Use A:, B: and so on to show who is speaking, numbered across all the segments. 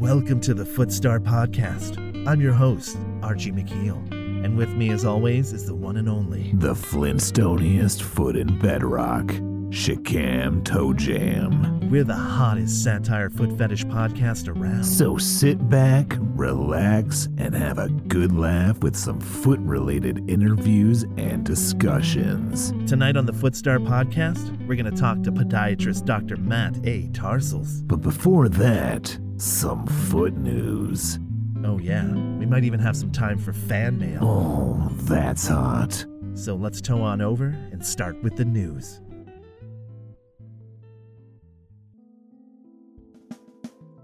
A: Welcome to the Footstar Podcast. I'm your host, Archie McKeel. And with me, as always, is the one and only.
B: The Flintstoniest foot in bedrock. Shikam Toe Jam.
A: We're the hottest satire foot fetish podcast around.
B: So sit back, relax, and have a good laugh with some foot related interviews and discussions.
A: Tonight on the Footstar Podcast, we're going to talk to podiatrist Dr. Matt A. Tarsals.
B: But before that, some foot news.
A: Oh, yeah, we might even have some time for fan mail.
B: Oh, that's hot.
A: So let's tow on over and start with the news.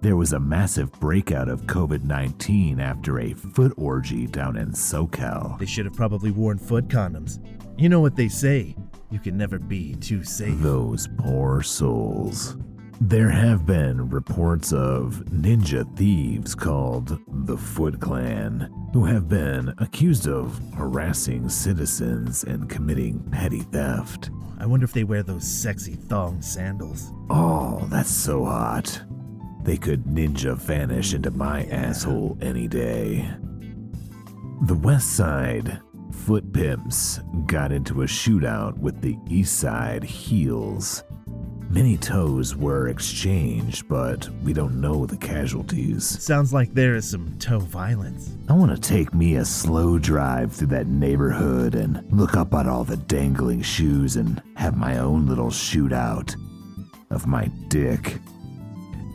B: There was a massive breakout of COVID 19 after a foot orgy down in SoCal.
A: They should have probably worn foot condoms. You know what they say you can never be too safe.
B: Those poor souls. There have been reports of ninja thieves called the Foot Clan who have been accused of harassing citizens and committing petty theft.
A: I wonder if they wear those sexy thong sandals.
B: Oh, that's so hot. They could ninja vanish into my asshole any day. The West Side Foot Pimps got into a shootout with the East Side Heels. Many toes were exchanged, but we don't know the casualties.
A: Sounds like there is some toe violence.
B: I want to take me a slow drive through that neighborhood and look up at all the dangling shoes and have my own little shootout of my dick.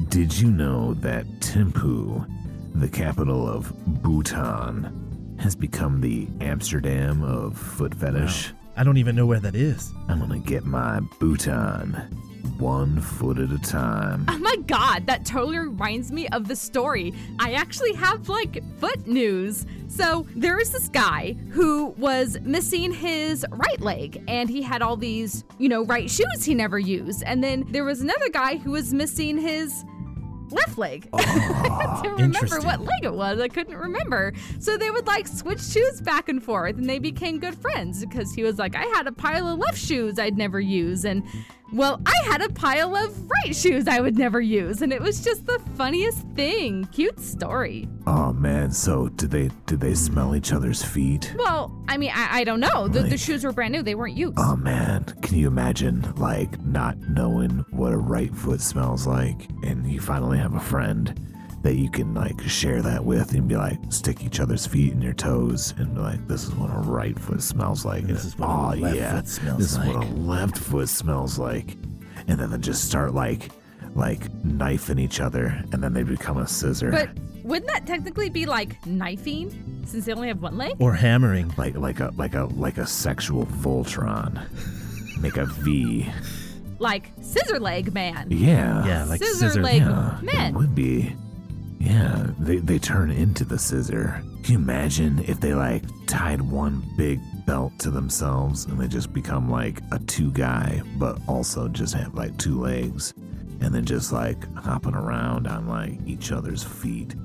B: Did you know that Thimphu, the capital of Bhutan, has become the Amsterdam of foot fetish?
A: I don't even know where that is.
B: I'm gonna get my Bhutan one foot at a time.
C: Oh my god, that totally reminds me of the story. I actually have like foot news. So there is this guy who was missing his right leg and he had all these, you know, right shoes he never used. And then there was another guy who was missing his left leg. I didn't remember
A: interesting.
C: what leg it was. I couldn't remember. So they would like switch shoes back and forth and they became good friends because he was like, I had a pile of left shoes I'd never use. And well, I had a pile of right shoes I would never use. And it was just the funniest thing. Cute story.
B: Oh man, so did they did they smell each other's feet?
C: Well, I mean, I, I don't know. The, the
B: Right.
C: shoes were brand new, they weren't used.
B: Oh man, can you imagine like not knowing what a right foot smells like and you finally have a friend that you can like share that with and be like stick each other's feet in your toes and be like this is what a right foot smells like. And
A: this is what a
B: "Aw,
A: left foot smells
B: This is what
A: like."
B: a left foot smells like. And then they just start like like knifing each other and then they become a scissor.
C: But wouldn't that technically be like knifing since they only have one leg?
A: Or hammering.
B: like like a like a like a sexual Voltron. Make a V.
C: Like scissor leg man.
B: Yeah.
A: Yeah, like
C: scissor,
A: scissor.
C: leg
B: Yeah, it
C: men.
B: would be. Yeah, they, they turn into the scissor. Can you imagine if they like tied one big belt to themselves and they just become like a two guy, but also just have like two legs and then just like hopping around on like each other's feet?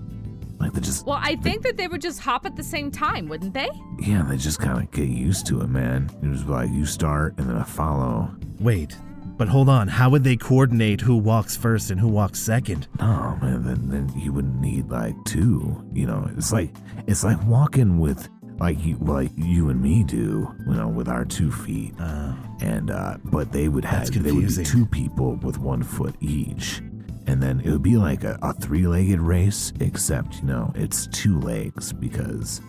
B: Like they just,
C: Well, I think that they would just hop at the same time, wouldn't they?
B: yeah, they just kind of get used to it, man. It was like you start and then I follow.
A: Wait, but hold on. How would they coordinate who walks first and who walks second?
B: No, man, then, then you wouldn't need like two. You know, it's like it's like walking with like you like you and me do. You know, with our two feet,
A: Uh,
B: and uh, but they would have
A: That's
B: they would
A: confusing.
B: be two people with one foot each, and then it would be like a, a three-legged race, except you know it's two legs because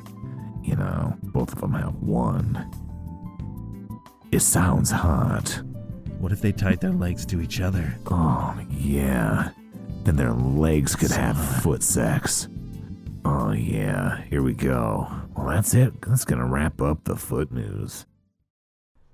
B: you know both of them have one. It sounds hot.
A: what if they tied their legs to each other?
B: Oh, yeah. Then their legs could have foot sex. Oh, yeah. Here we go. Well, that's it. That's going to wrap up the foot news.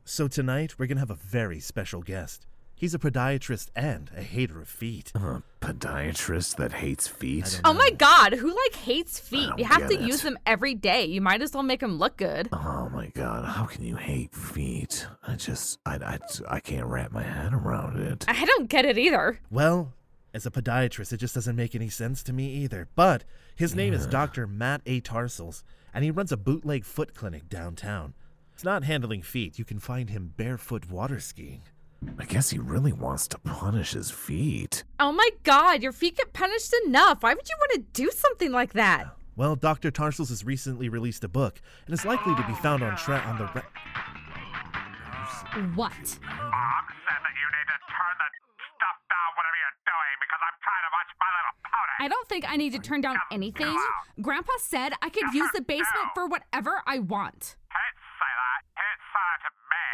A: So tonight, we're going to have a very special guest. He's a podiatrist and a hater of feet.
B: A podiatrist that hates feet?
C: Oh my god, who like hates feet?
B: don't
C: You have to
B: get it.
C: use them every day. You might as well make them look good.
B: Oh, my God. How can you hate feet? I just, I, I, I can't wrap my head around it.
C: I don't get it either.
A: Well, as a podiatrist, it just doesn't make any sense to me either. But his name is Dr. Matt A. Tarsals, and he runs a bootleg foot clinic downtown. It's not handling feet. You can find him barefoot water skiing.
B: I guess he really wants to punish his feet.
C: Oh my god, your feet get punished enough. Why would you want to do something like that?
A: Well, Dr. Tarsals has recently released a book and is likely to be found on tra- on the re-
C: What?
D: Mom said that you need to turn the stuff down, whatever you're doing, because I'm trying to watch My Little Pony.
C: I don't think I need to turn down anything. Grandpa said I could use the basement for whatever I want.
D: Can't say that. Can't say that to me.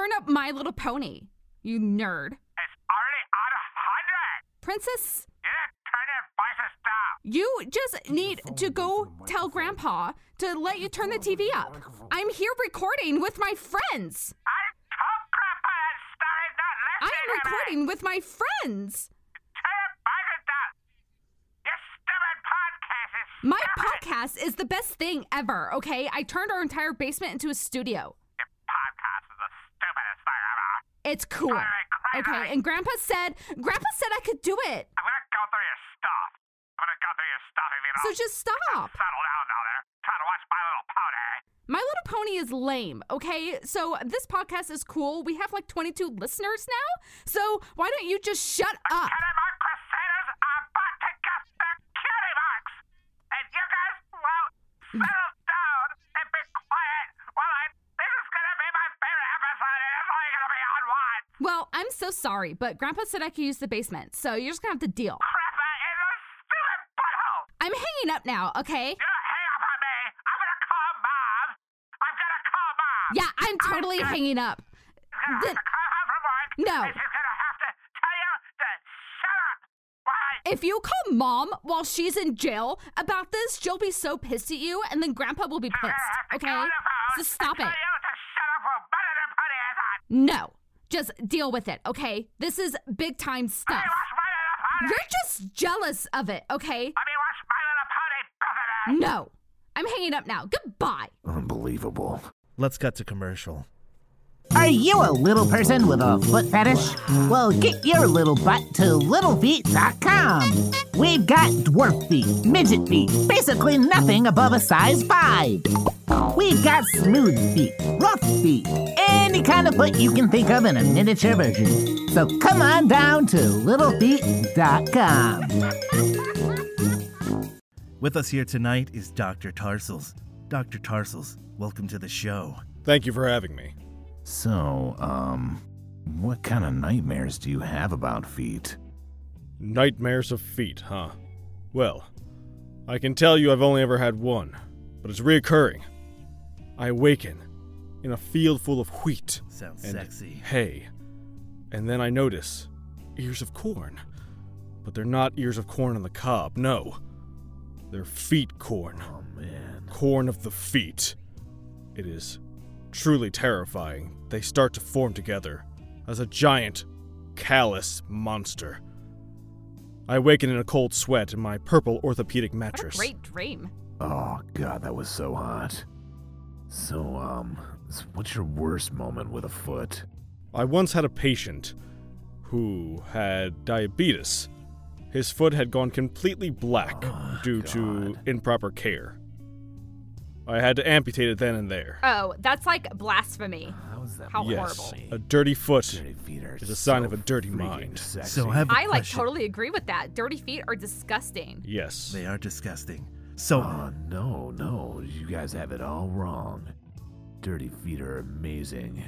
C: Turn up My Little Pony, you nerd.
D: It's already on a hundred.
C: Princess,
D: You didn't turn your voices down.
C: you just need to go tell Grandpa to let you turn the TV up. I'm here recording with my friends.
D: I told Grandpa that story's not
C: I'm
D: listening to me.
C: recording with my friends.
D: Turn your voices down. Your stupid podcast is
C: My
D: stupid.
C: podcast is the best thing ever, okay? I turned our entire basement into a studio.
D: Your podcast is the stupidest thing ever.
C: It's cool. Okay, and Grandpa said, Grandpa said I could do it.
D: I'm gonna go through your stuff. I'm gonna go through your stuff if you
C: So
D: don't
C: just stop.
D: settle down down there. Try to watch My Little Pony.
C: My Little Pony is lame, okay? So this podcast is cool. We have like 22 listeners now. So why don't you just shut up?
D: Kenny Mark Crusaders are about to get their cutie marks. And you guys won't settle down and be quiet while I. This is gonna be my favorite episode, and it's only gonna be on one.
C: Well, I'm so sorry, but Grandpa said I could use the basement. So you're just gonna have to deal.
D: Crappa is a stupid butthole.
C: I'm hanging up now, okay?
D: You don't hang up on me. I'm gonna call mom. I'm gonna call mom.
C: Yeah, I'm totally hanging up.
D: She's gonna
C: Then-
D: have to call home from work.
C: No.
D: And she's gonna have to tell you to shut up while I
C: If you call mom while she's in jail about this, she'll be so pissed at you, and then Grandpa will be pissed, okay? So stop it. No, just deal with it, okay? This is big time stuff. You're just jealous of it, okay? No, I'm hanging up now. Goodbye.
B: Unbelievable.
A: Let's cut to commercial.
E: Are you a little person with a foot fetish? Well, get your little butt to littlefeet.com. We've got dwarf feet, midget feet, basically nothing above a size 5. We've got smooth feet, rough feet, any kind of foot you can think of in a miniature version. So come on down to littlefeet.com.
A: With us here tonight is Dr. Tarsals. Dr. Tarsals, welcome to the show.
F: Thank you for having me.
B: So, um, what kind of nightmares do you have about feet?
F: Nightmares of feet, huh? Well, I can tell you I've only ever had one, but it's reoccurring. I awaken in a field full of wheat
A: Sounds
F: and
A: sexy.
F: hay, and then I notice ears of corn. But they're not ears of corn on the cob, no. They're feet corn.
B: Oh man.
F: Corn of the feet. It is truly terrifying. They start to form together as a giant, callous monster. I awaken in a cold sweat in my purple orthopedic
C: What a
F: mattress.
C: great dream.
B: Oh god, that was so hot. So, um, s- what's your worst moment with a foot?
F: I once had a patient who had diabetes. His foot had gone completely black
B: Oh
F: due to improper care. I had to amputate it then and there.
C: Oh, that's like blasphemy.
B: How is that?
C: How
F: yes,
C: horrible.
F: a dirty foot
B: Dirty feet are
F: is a sign
B: so
F: of a dirty
B: freaking
F: mind.
B: Sexy.
A: So I have a
C: I like
A: question.
C: totally agree with that. Dirty feet are disgusting.
F: Yes.
A: They are disgusting. So,
B: Oh no, no, you guys have it all wrong. Dirty feet are amazing.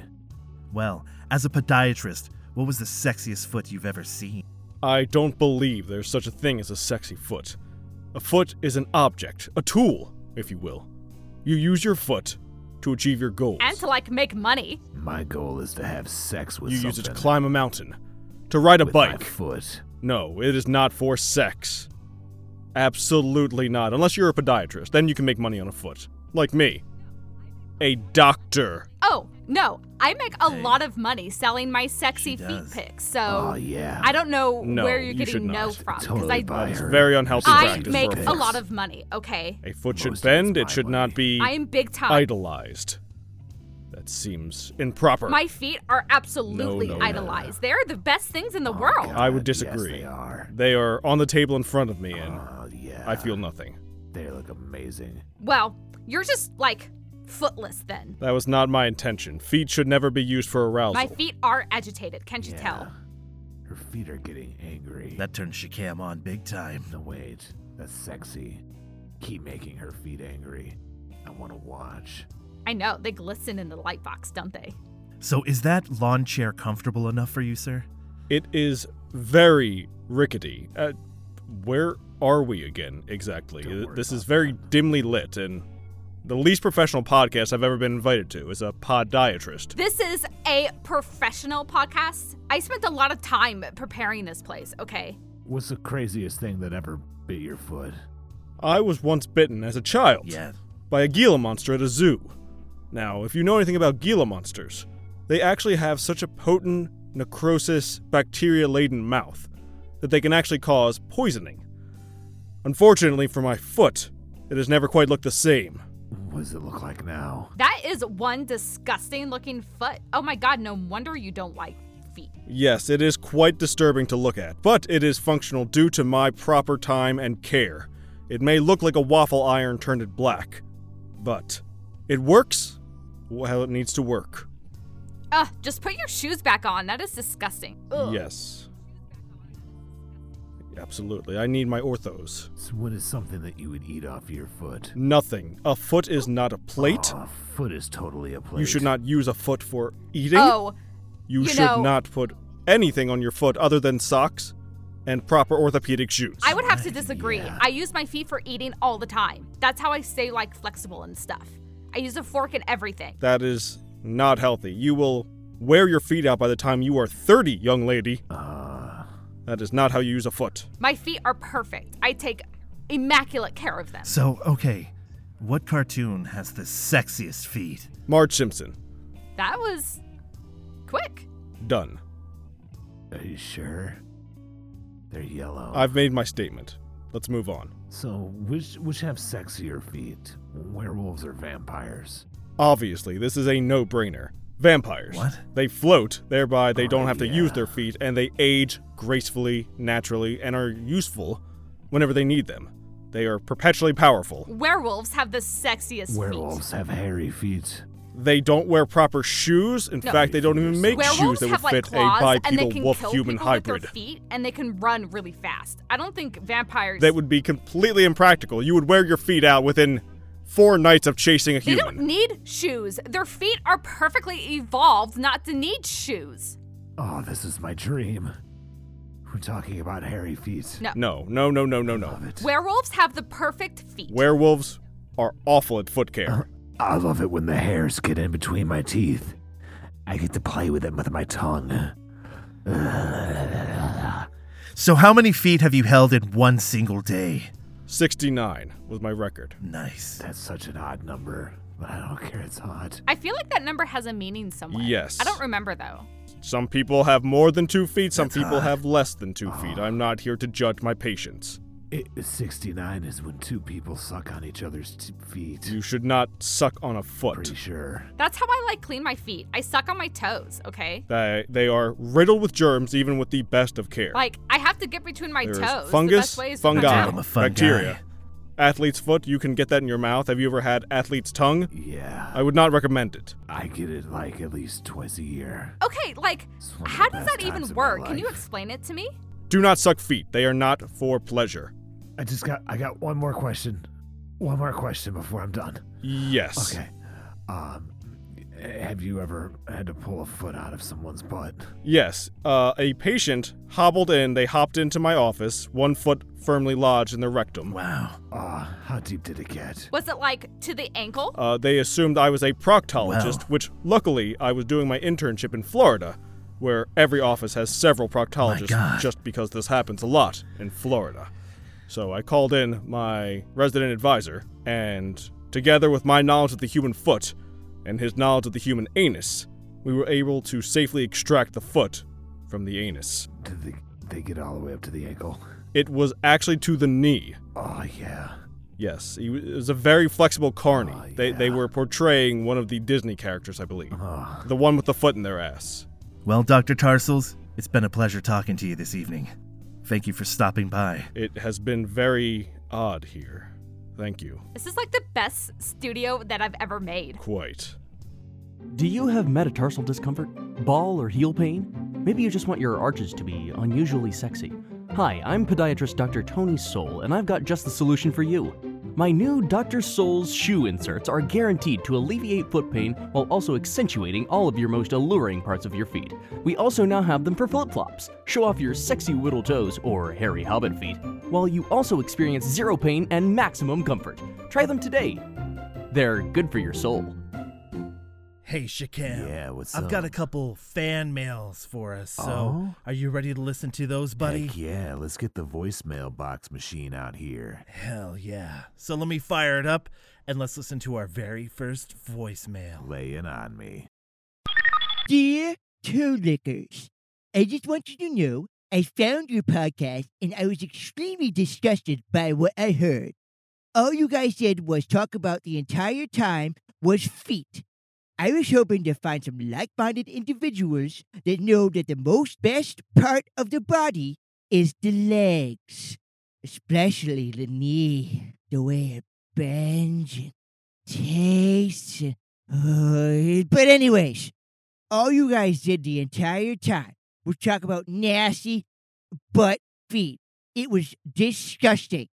A: well, as a podiatrist, what was the sexiest foot you've ever seen?
F: I don't believe there's such a thing as a sexy foot. A foot is an object, a tool, if you will. You use your foot to achieve your goals.
C: And to like make money.
B: My goal is to have sex with
F: you
B: something.
F: use it to climb a mountain, to ride a
B: with my
F: bike.
B: foot.
F: No, it is not for sex. Absolutely not. Unless you're a podiatrist, then you can make money on a foot. Like me. A doctor.
C: Oh, no, I make a lot of money selling my sexy
A: She
C: feet
A: does.
C: pics. So
B: Oh yeah.
C: I don't know
F: No,
C: where you're
F: you should
C: getting no
F: not.
C: from because
B: totally buy
C: I
B: her.
F: Very unhealthy
C: I
F: practice.
C: make
F: for
C: a
F: foot.
C: lot of money. Okay,
F: A
B: Most
F: foot
B: of
F: should
B: it's
F: bend,
B: my
F: it should
B: money.
F: not be
C: I am big time.
F: idolized. That seems improper.
C: My feet are absolutely
F: no, no.
C: idolized. They're the best things in the
B: Oh,
C: world.
B: God,
F: I would
B: yes,
F: disagree.
B: they are.
F: They are on the table in front of me, and
B: Oh yeah.
F: I feel nothing.
B: they look amazing.
C: Well, you're just like footless then.
F: That was not my intention. Feet should never be used for arousal.
C: My feet are agitated, can't you tell?
B: Her feet are getting angry.
A: That turns Shakam on big time.
B: No, wait. That's sexy. Keep making her feet angry. I want to watch.
C: I know, they glisten in the light box, don't they?
A: So is that lawn chair comfortable enough for you, sir?
F: It is very rickety. Uh, where are we again exactly?
B: Don't
F: Uh,
B: worry
F: This is
B: about
F: very dimly lit, and the least professional podcast I've ever been invited to is a podiatrist.
C: This is a professional podcast. I spent a lot of time preparing this place, okay?
B: What's the craziest thing that ever bit your foot?
F: I was once bitten as a child
A: Yeah.
F: by a Gila monster at a zoo. Now, if you know anything about Gila monsters, they actually have such a potent, necrosis, bacteria laden mouth that they can actually cause poisoning. Unfortunately for my foot, it has never quite looked the same.
B: What does it look like now?
C: That is one disgusting looking foot. Oh my god, no wonder you don't like feet.
F: Yes, it is quite disturbing to look at, but it is functional due to my proper time and care. It may look like a waffle iron turned it black, but it works well, it needs to work.
C: Ugh, just put your shoes back on. That is disgusting. Ugh.
F: Yes. Absolutely. I need my orthos.
B: So what is something that you would eat off your foot?
F: Nothing. A foot is not a
C: Ah,
F: plate.
B: Aw, foot is totally a plate.
F: You should not use a foot for eating.
C: Oh,
F: you
C: you
F: should
C: know-
F: not put anything on your foot other than socks and proper orthopedic shoes.
C: I would have to disagree. I use my feet for eating all the time. That's how I stay like flexible and stuff. I use a fork in everything.
F: That is not healthy. You will wear your feet out by the time you are 30, young lady.
B: Uh,
F: That is not how you use a foot.
C: My feet are perfect. I take immaculate care of them.
A: So, okay, what cartoon has the sexiest feet?
F: Marge Simpson.
C: That was quick.
F: Done.
B: are you sure? They're yellow.
F: I've made my statement. Let's move on.
B: So which which have sexier feet? Werewolves or vampires?
F: Obviously, this is a no brainer. Vampires.
A: What?
F: They float, thereby they don't
B: Oh,
F: have to use
B: yeah.
F: their feet, and they age gracefully, naturally, and are useful whenever they need them. They are perpetually powerful.
C: Werewolves have the sexiest feet.
B: Werewolves have hairy feet.
F: They don't wear proper shoes. In
C: No.
F: fact, they don't even make shoes
C: Werewolves
F: that would
C: have like
F: fit a
C: claws and they
F: bipedal
C: can
F: wolf
C: kill
F: human
C: people with
F: hybrid.
C: their feet and they can run really fast. I don't think vampires
F: that would be completely impractical. You would wear your feet out within four nights of chasing a
C: They don't
F: human.
C: need shoes. Their feet are perfectly evolved not to need shoes.
B: Oh, this is my dream. We're talking about hairy feet.
C: No.
F: No, no, no, no, no, no.
B: Love it.
C: Werewolves have the perfect feet.
F: Werewolves are awful at foot care.
B: I love it when the hairs get in between my teeth. I get to play with them with my tongue.
A: So, how many feet have you held in one single day?
F: 69 was my record.
A: Nice.
B: That's such an odd number, but I don't care. It's odd.
C: I feel like that number has a meaning somewhere.
F: Yes.
C: I don't remember though.
F: Some people have more than two feet, some
A: That's
F: people
A: hot.
F: have less than two feet. I'm not here to judge my patients.
B: It, 69 is when two people suck on each other's t- feet.
F: You should not suck on a foot.
B: Pretty sure.
C: That's how I like clean my feet. I suck on my toes, okay?
F: They, they are riddled with germs, even with the best of care.
C: Like I have to get between my
F: There's
C: toes. the
F: fungus,
C: best way is with my
F: fungi,
A: I'm
C: mouth.
A: a fun
F: bacteria.
A: guy.
F: Athlete's foot, you can get that in your mouth. Have you ever had athlete's tongue?
B: Yeah.
F: I would not recommend it.
B: I get it like at least twice a year.
C: Okay, like
B: It's one of the
C: how does
B: best
C: that even
B: times of my
C: work? Can you
B: life.
C: explain it to me?
F: Do not suck feet. They are not for pleasure.
B: I just got I got one more question. One more question before I'm done.
F: Yes.
B: Okay. Um have you ever had to pull a foot out of someone's butt?
F: Yes. Uh, a patient hobbled in. They hopped into my office, one foot firmly lodged in their rectum.
A: Wow.
B: Ah, how deep did it get?
C: Was it like to the ankle?
F: Uh, they assumed I was a proctologist,
A: Wow.
F: which luckily I was doing my internship in Florida, where every office has several proctologists
A: God.
F: just because this happens a lot in Florida. So I called in my resident advisor, and together with my knowledge of the human foot and his knowledge of the human anus, we were able to safely extract the foot from the anus.
B: Did they, they get all the way up to the ankle?
F: It was actually to the knee.
B: Oh yeah.
F: Yes, he was, it was a very flexible carny.
B: Oh,
F: They they
B: yeah.
F: were portraying one of the Disney characters, I believe.
B: Oh,
F: The one with the foot in their ass.
A: Well, Dr. Tarsals, it's been a pleasure talking to you this evening. Thank you for stopping by.
F: It has been very odd here. Thank you.
C: This is like the best studio that I've ever made.
F: Quite.
G: Do you have metatarsal discomfort? Ball or heel pain? Maybe you just want your arches to be unusually sexy. Hi, I'm podiatrist Dr. Tony Soul, and I've got just the solution for you. My new Dr. Soul's shoe inserts are guaranteed to alleviate foot pain while also accentuating all of your most alluring parts of your feet. We also now have them for flip flops. Show off your sexy whittle toes or hairy hobbit feet, while you also experience zero pain and maximum comfort. Try them today. They're good for your soul.
A: Hey, Shakam.
B: Yeah, what's
A: I've got a
B: up?
A: couple fan mails for us, so
B: Oh?
A: are you ready to listen to those, buddy?
B: Heck yeah, let's get the voicemail box machine out here.
A: Hell yeah. So let me fire it up and let's listen to our very first voicemail.
B: Laying on me.
H: Dear Toe Lickers, I just want you to know I found your podcast and I was extremely disgusted by what I heard. All you guys did was talk about the entire time was feet. I was hoping to find some like minded individuals that know that the most best part of the body is the legs, especially the knee, the way it bends and tastes. and- but, anyways, all you guys did the entire time was talk about nasty butt feet. It was disgusting.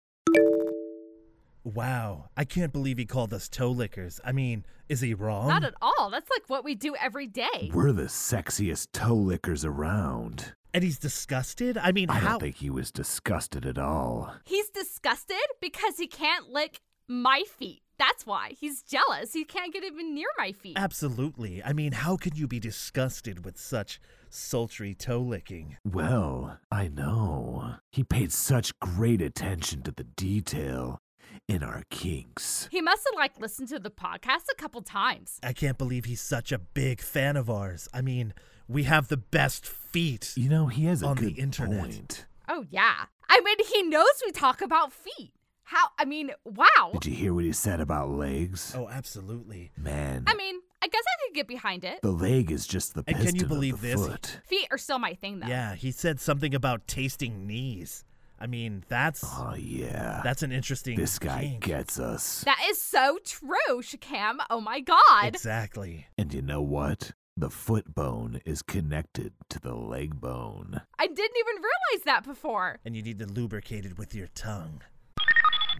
A: Wow, I can't believe he called us toe lickers. I mean, is he
B: Um,
A: wrong?
C: Not at all. That's like what we do every day.
B: We're the sexiest toe lickers around.
A: and he's disgusted? I mean,
B: I
A: how?
B: don't think he was disgusted at all.
C: He's disgusted because he can't lick my feet. That's why. He's jealous. He can't get even near my feet.
A: Absolutely. I mean, how can you be disgusted with such sultry toe licking?
B: Well, I know. He paid such great attention to the detail in our kinks.
C: He must have like listened to the podcast a couple times.
A: I can't believe he's such a big fan of ours. I mean, we have the best feet.
B: You know, he has a
A: On the
B: good
A: internet.
B: point.
C: Oh yeah. I mean, he knows we talk about feet. How? I mean, wow.
B: Did you hear what he said about legs?
A: Oh, absolutely.
B: Man,
C: I mean, I guess I could get behind it.
B: the leg is just the
A: And
B: piston
A: can you believe
B: of the
A: this?
B: foot.
C: Feet are still my thing though.
A: Yeah, he said something about tasting knees. I mean, that's
B: Oh yeah,
A: that's an interesting
B: this guy
A: kink.
B: gets us.
C: That is so true, Shakam. Oh my god.
A: Exactly.
B: And you know what? The foot bone is connected to the leg bone.
C: I didn't even realize that before.
A: And you need to lubricate it with your tongue.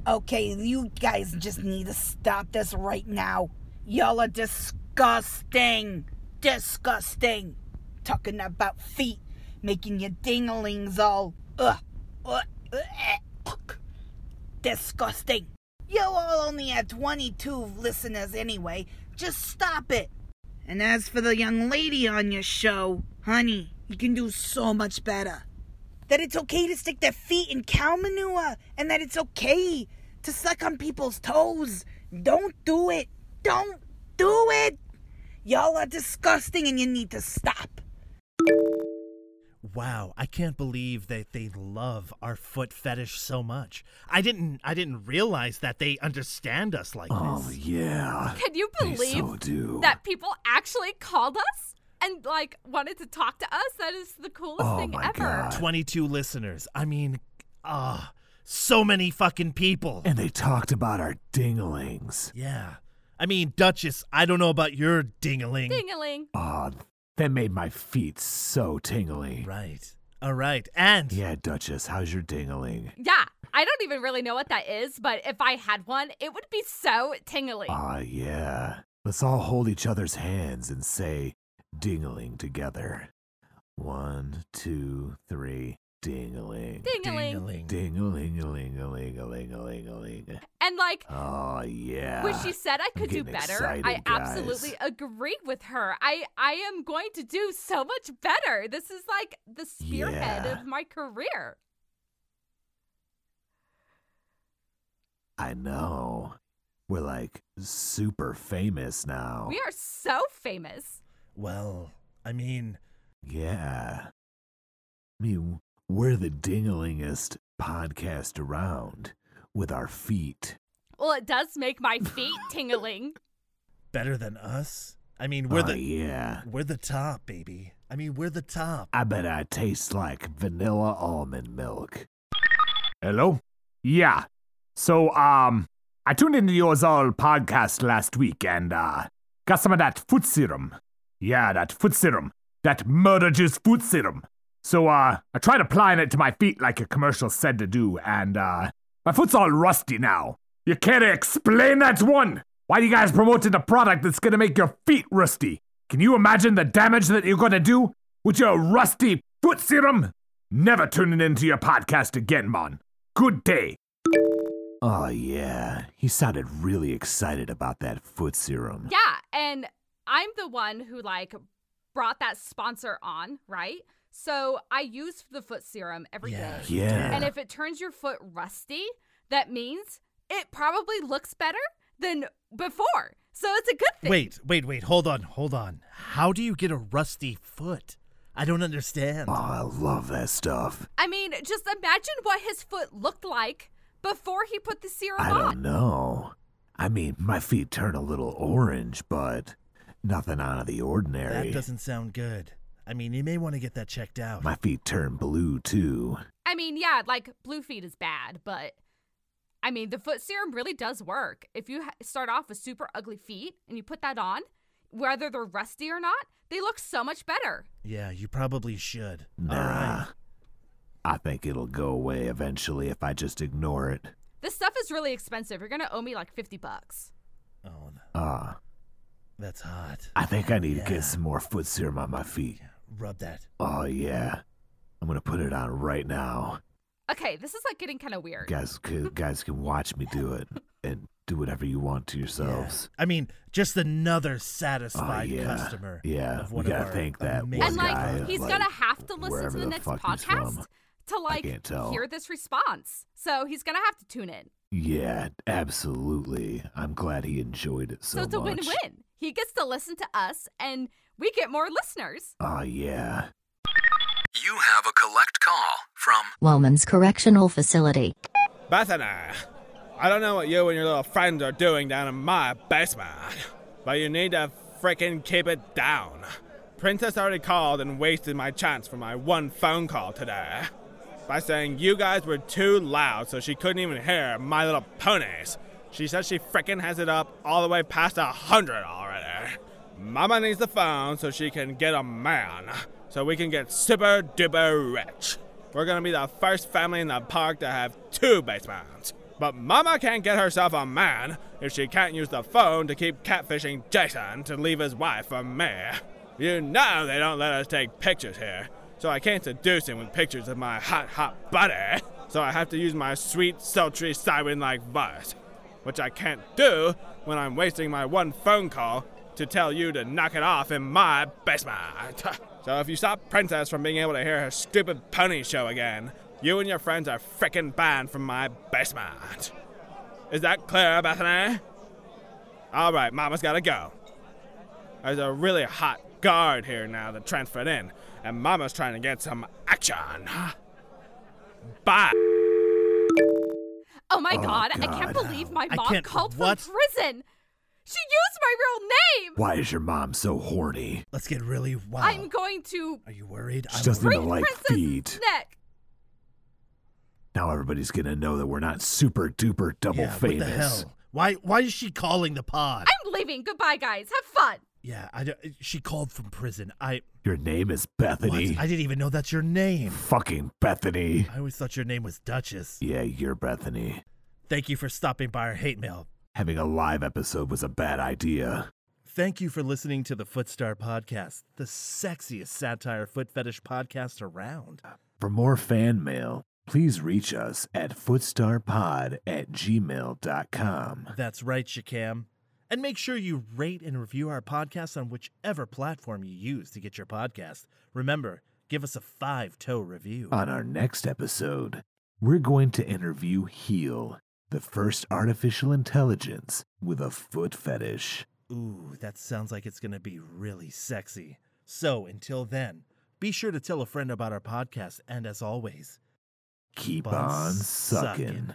I: Okay, you guys just need to stop this right now. Y'all are disgusting. Disgusting. Talking about feet, making your dinglings all. uh, Ugh, ugh, ugh, eh, ugh. Disgusting. You all only have 22 listeners anyway. Just stop it. And as for the young lady on your show, honey, you can do so much better that it's okay to stick their feet in cow manure and that it's okay to suck on people's toes. Don't do it. Don't do it. Y'all are disgusting and you need to stop.
A: Wow, I can't believe that they love our foot fetish so much. I didn't I didn't realize that they understand us like
B: Oh
A: this.
B: yeah,
C: Can you
B: they
C: believe
B: so do.
C: that people actually called us and like wanted to talk to us? That is the coolest
B: Oh
C: thing
B: my
C: ever.
B: God.
A: 22 listeners. I mean, ah, so many fucking people.
B: and they talked about our dinglings.
A: Yeah. I mean, Duchess, I don't know about your dingaling.
C: Ding-a-ling.
B: Oh, that made my feet so tingly.
A: Right. All right. And
B: Yeah, Duchess, how's your dingling?
C: Yeah, I don't even really know what that is, but if I had one, it would be so tingly.
B: Ah, yeah. Let's all hold each other's hands and say dingling together. One, two, three, dingling.
A: Ding-a-ling.
C: Ding-a-ling.
B: Dingling, a ling, a ling, a ling, a ling, a ling.
C: And like
B: Oh, yeah.
C: when she said I
B: I'm
C: could do
B: getting
C: better, I
B: excited,
C: absolutely
B: guys.
C: agree with her. I I am going to do so much better. This is like the spearhead
B: Yeah.
C: of my career.
B: I know. We're like super famous now.
C: We are so famous.
A: Well, I mean,
B: Yeah. I mean, we're the dinglingest podcast around with our feet.
C: Well, it does make my feet tingling.
A: better than us? I mean, we're
B: Oh,
A: the
B: yeah.
A: we're the top, baby. I mean, we're the top.
B: I bet I taste like vanilla almond milk. Hello? Yeah. So, um, I tuned into yours all podcast last week and uh, got some of that foot serum. Yeah, that foot serum. That murder juice foot serum. So uh, I tried applying it to my feet like a commercial said to do, and uh, my foot's all rusty now. You can't explain that one. Why you guys promoting a product that's gonna make your feet rusty? Can you imagine the damage that you're gonna do with your rusty foot serum? Never tuning into your podcast again, Mon. Good day. Oh, yeah. He sounded really excited about that foot serum.
C: Yeah, and I'm the one who like brought that sponsor on, right? So I use the foot serum every day.
A: Yeah.
B: Yeah.
C: And if it turns your foot rusty, that means it probably looks better than before. So it's a good thing.
A: Wait, wait, wait. Hold on, hold on. How do you get a rusty foot? I don't understand.
B: oh, I love that stuff.
C: I mean, just imagine what his foot looked like before he put the serum
B: I
C: on.
B: don't know. I mean, my feet turn a little orange, but nothing out of the ordinary.
A: That doesn't sound good. I mean, you may want to get that checked out.
B: My feet turn blue, too.
C: I mean, yeah, like blue feet is bad, but I mean, the foot serum really does work. If you ha- start off with super ugly feet and you put that on, whether they're rusty or not, they look so much better.
A: yeah, you probably should.
B: Nah.
A: All right.
B: I think it'll go away eventually if I just ignore it.
C: This stuff is really expensive. You're going to owe me like 50 bucks.
A: Oh, th-
B: Ah,
A: that's hot.
B: I think I need to
A: Yeah.
B: get some more foot serum on my feet.
A: Rub that.
B: Oh, yeah. I'm gonna put it on right now.
C: Okay, this is like getting kind of weird.
B: Guys, c- guys can watch me do it and do whatever you want to
A: Yeah.
B: yourselves.
A: I mean, just another satisfied
B: Oh, yeah.
A: customer.
B: Yeah,
A: of
B: we
A: one of
B: gotta
A: our
B: thank that one
A: amazing-
C: and like,
B: guy,
C: he's
B: like,
C: going to have to listen
B: wherever
C: to the
B: the
C: next
B: fuck he's from.
C: podcast to like
B: can't tell.
C: hear this response. So he's going to have to tune in.
B: Yeah, absolutely. I'm glad he enjoyed it so,
C: So, it's a
B: much.
C: win win. He gets to listen to us and we get more listeners.
B: Oh, yeah.
J: You have a collect call from
K: Woman's Correctional Facility.
F: Bethany, I don't know what you and your little friends are doing down in my basement, but you need to frickin' keep it down. Princess already called and wasted my chance for my one phone call today by saying you guys were too loud so she couldn't even hear my little ponies. She says she frickin' has it up all the way past a hundred already. Mama needs the phone so she can get a man, so we can get super duper rich. We're gonna be the first family in the park to have two basements. But Mama can't get herself a man if she can't use the phone to keep catfishing Jason to leave his wife for me. You know they don't let us take pictures here, so I can't seduce him with pictures of my hot, hot body. So I have to use my sweet, sultry, siren like voice, which I can't do when I'm wasting my one phone call to tell you to knock it off in my basement. so if you stop Princess from being able to hear her stupid pony show again, you and your friends are frickin' banned from my basement. Is that clear, Bethany? All right, Mama's gotta go. There's a really hot guard here now that transferred in, and Mama's trying to get some action. Bye.
C: Oh my
B: Oh,
C: god, I
B: God.
C: can't believe my
A: I
C: mom
A: can't-
C: called
A: what?
C: from prison. She used my real name.
B: Why is your mom so horny?
A: Let's get really wild.
C: I'm going to
A: Are you worried?
B: She
A: I'm
B: doesn't
A: worried.
B: even
C: break
B: like
C: Princess's
B: feet.
C: neck.
B: Now everybody's gonna know that we're not super duper double
A: yeah,
B: famous.
A: What the hell? Why? Why is she calling the pod?
C: I'm leaving. Goodbye, guys. Have fun.
A: yeah, I don't- she called from prison. I
B: Your name is
A: what?
B: Bethany.
A: I didn't even know that's your name.
B: Fucking Bethany.
A: I always thought your name was Duchess.
B: Yeah, you're Bethany.
A: Thank you for stopping by our hate mail.
B: Having a live episode was a bad idea.
A: Thank you for listening to the Footstar Podcast, the sexiest satire foot fetish podcast around.
B: For more fan mail, please reach us at footstarpod at gmail.com.
A: That's right, Shakam. And make sure you rate and review our podcast on whichever platform you use to get your podcast. Remember, give us a five toe review.
B: On our next episode, we're going to interview Heal, the first artificial intelligence with a foot fetish.
A: Ooh, that sounds like it's going to be really sexy. So until then, be sure to tell a friend about our podcast. And as always,
B: Keep
A: Keep on
B: on
A: sucking.
B: sucking.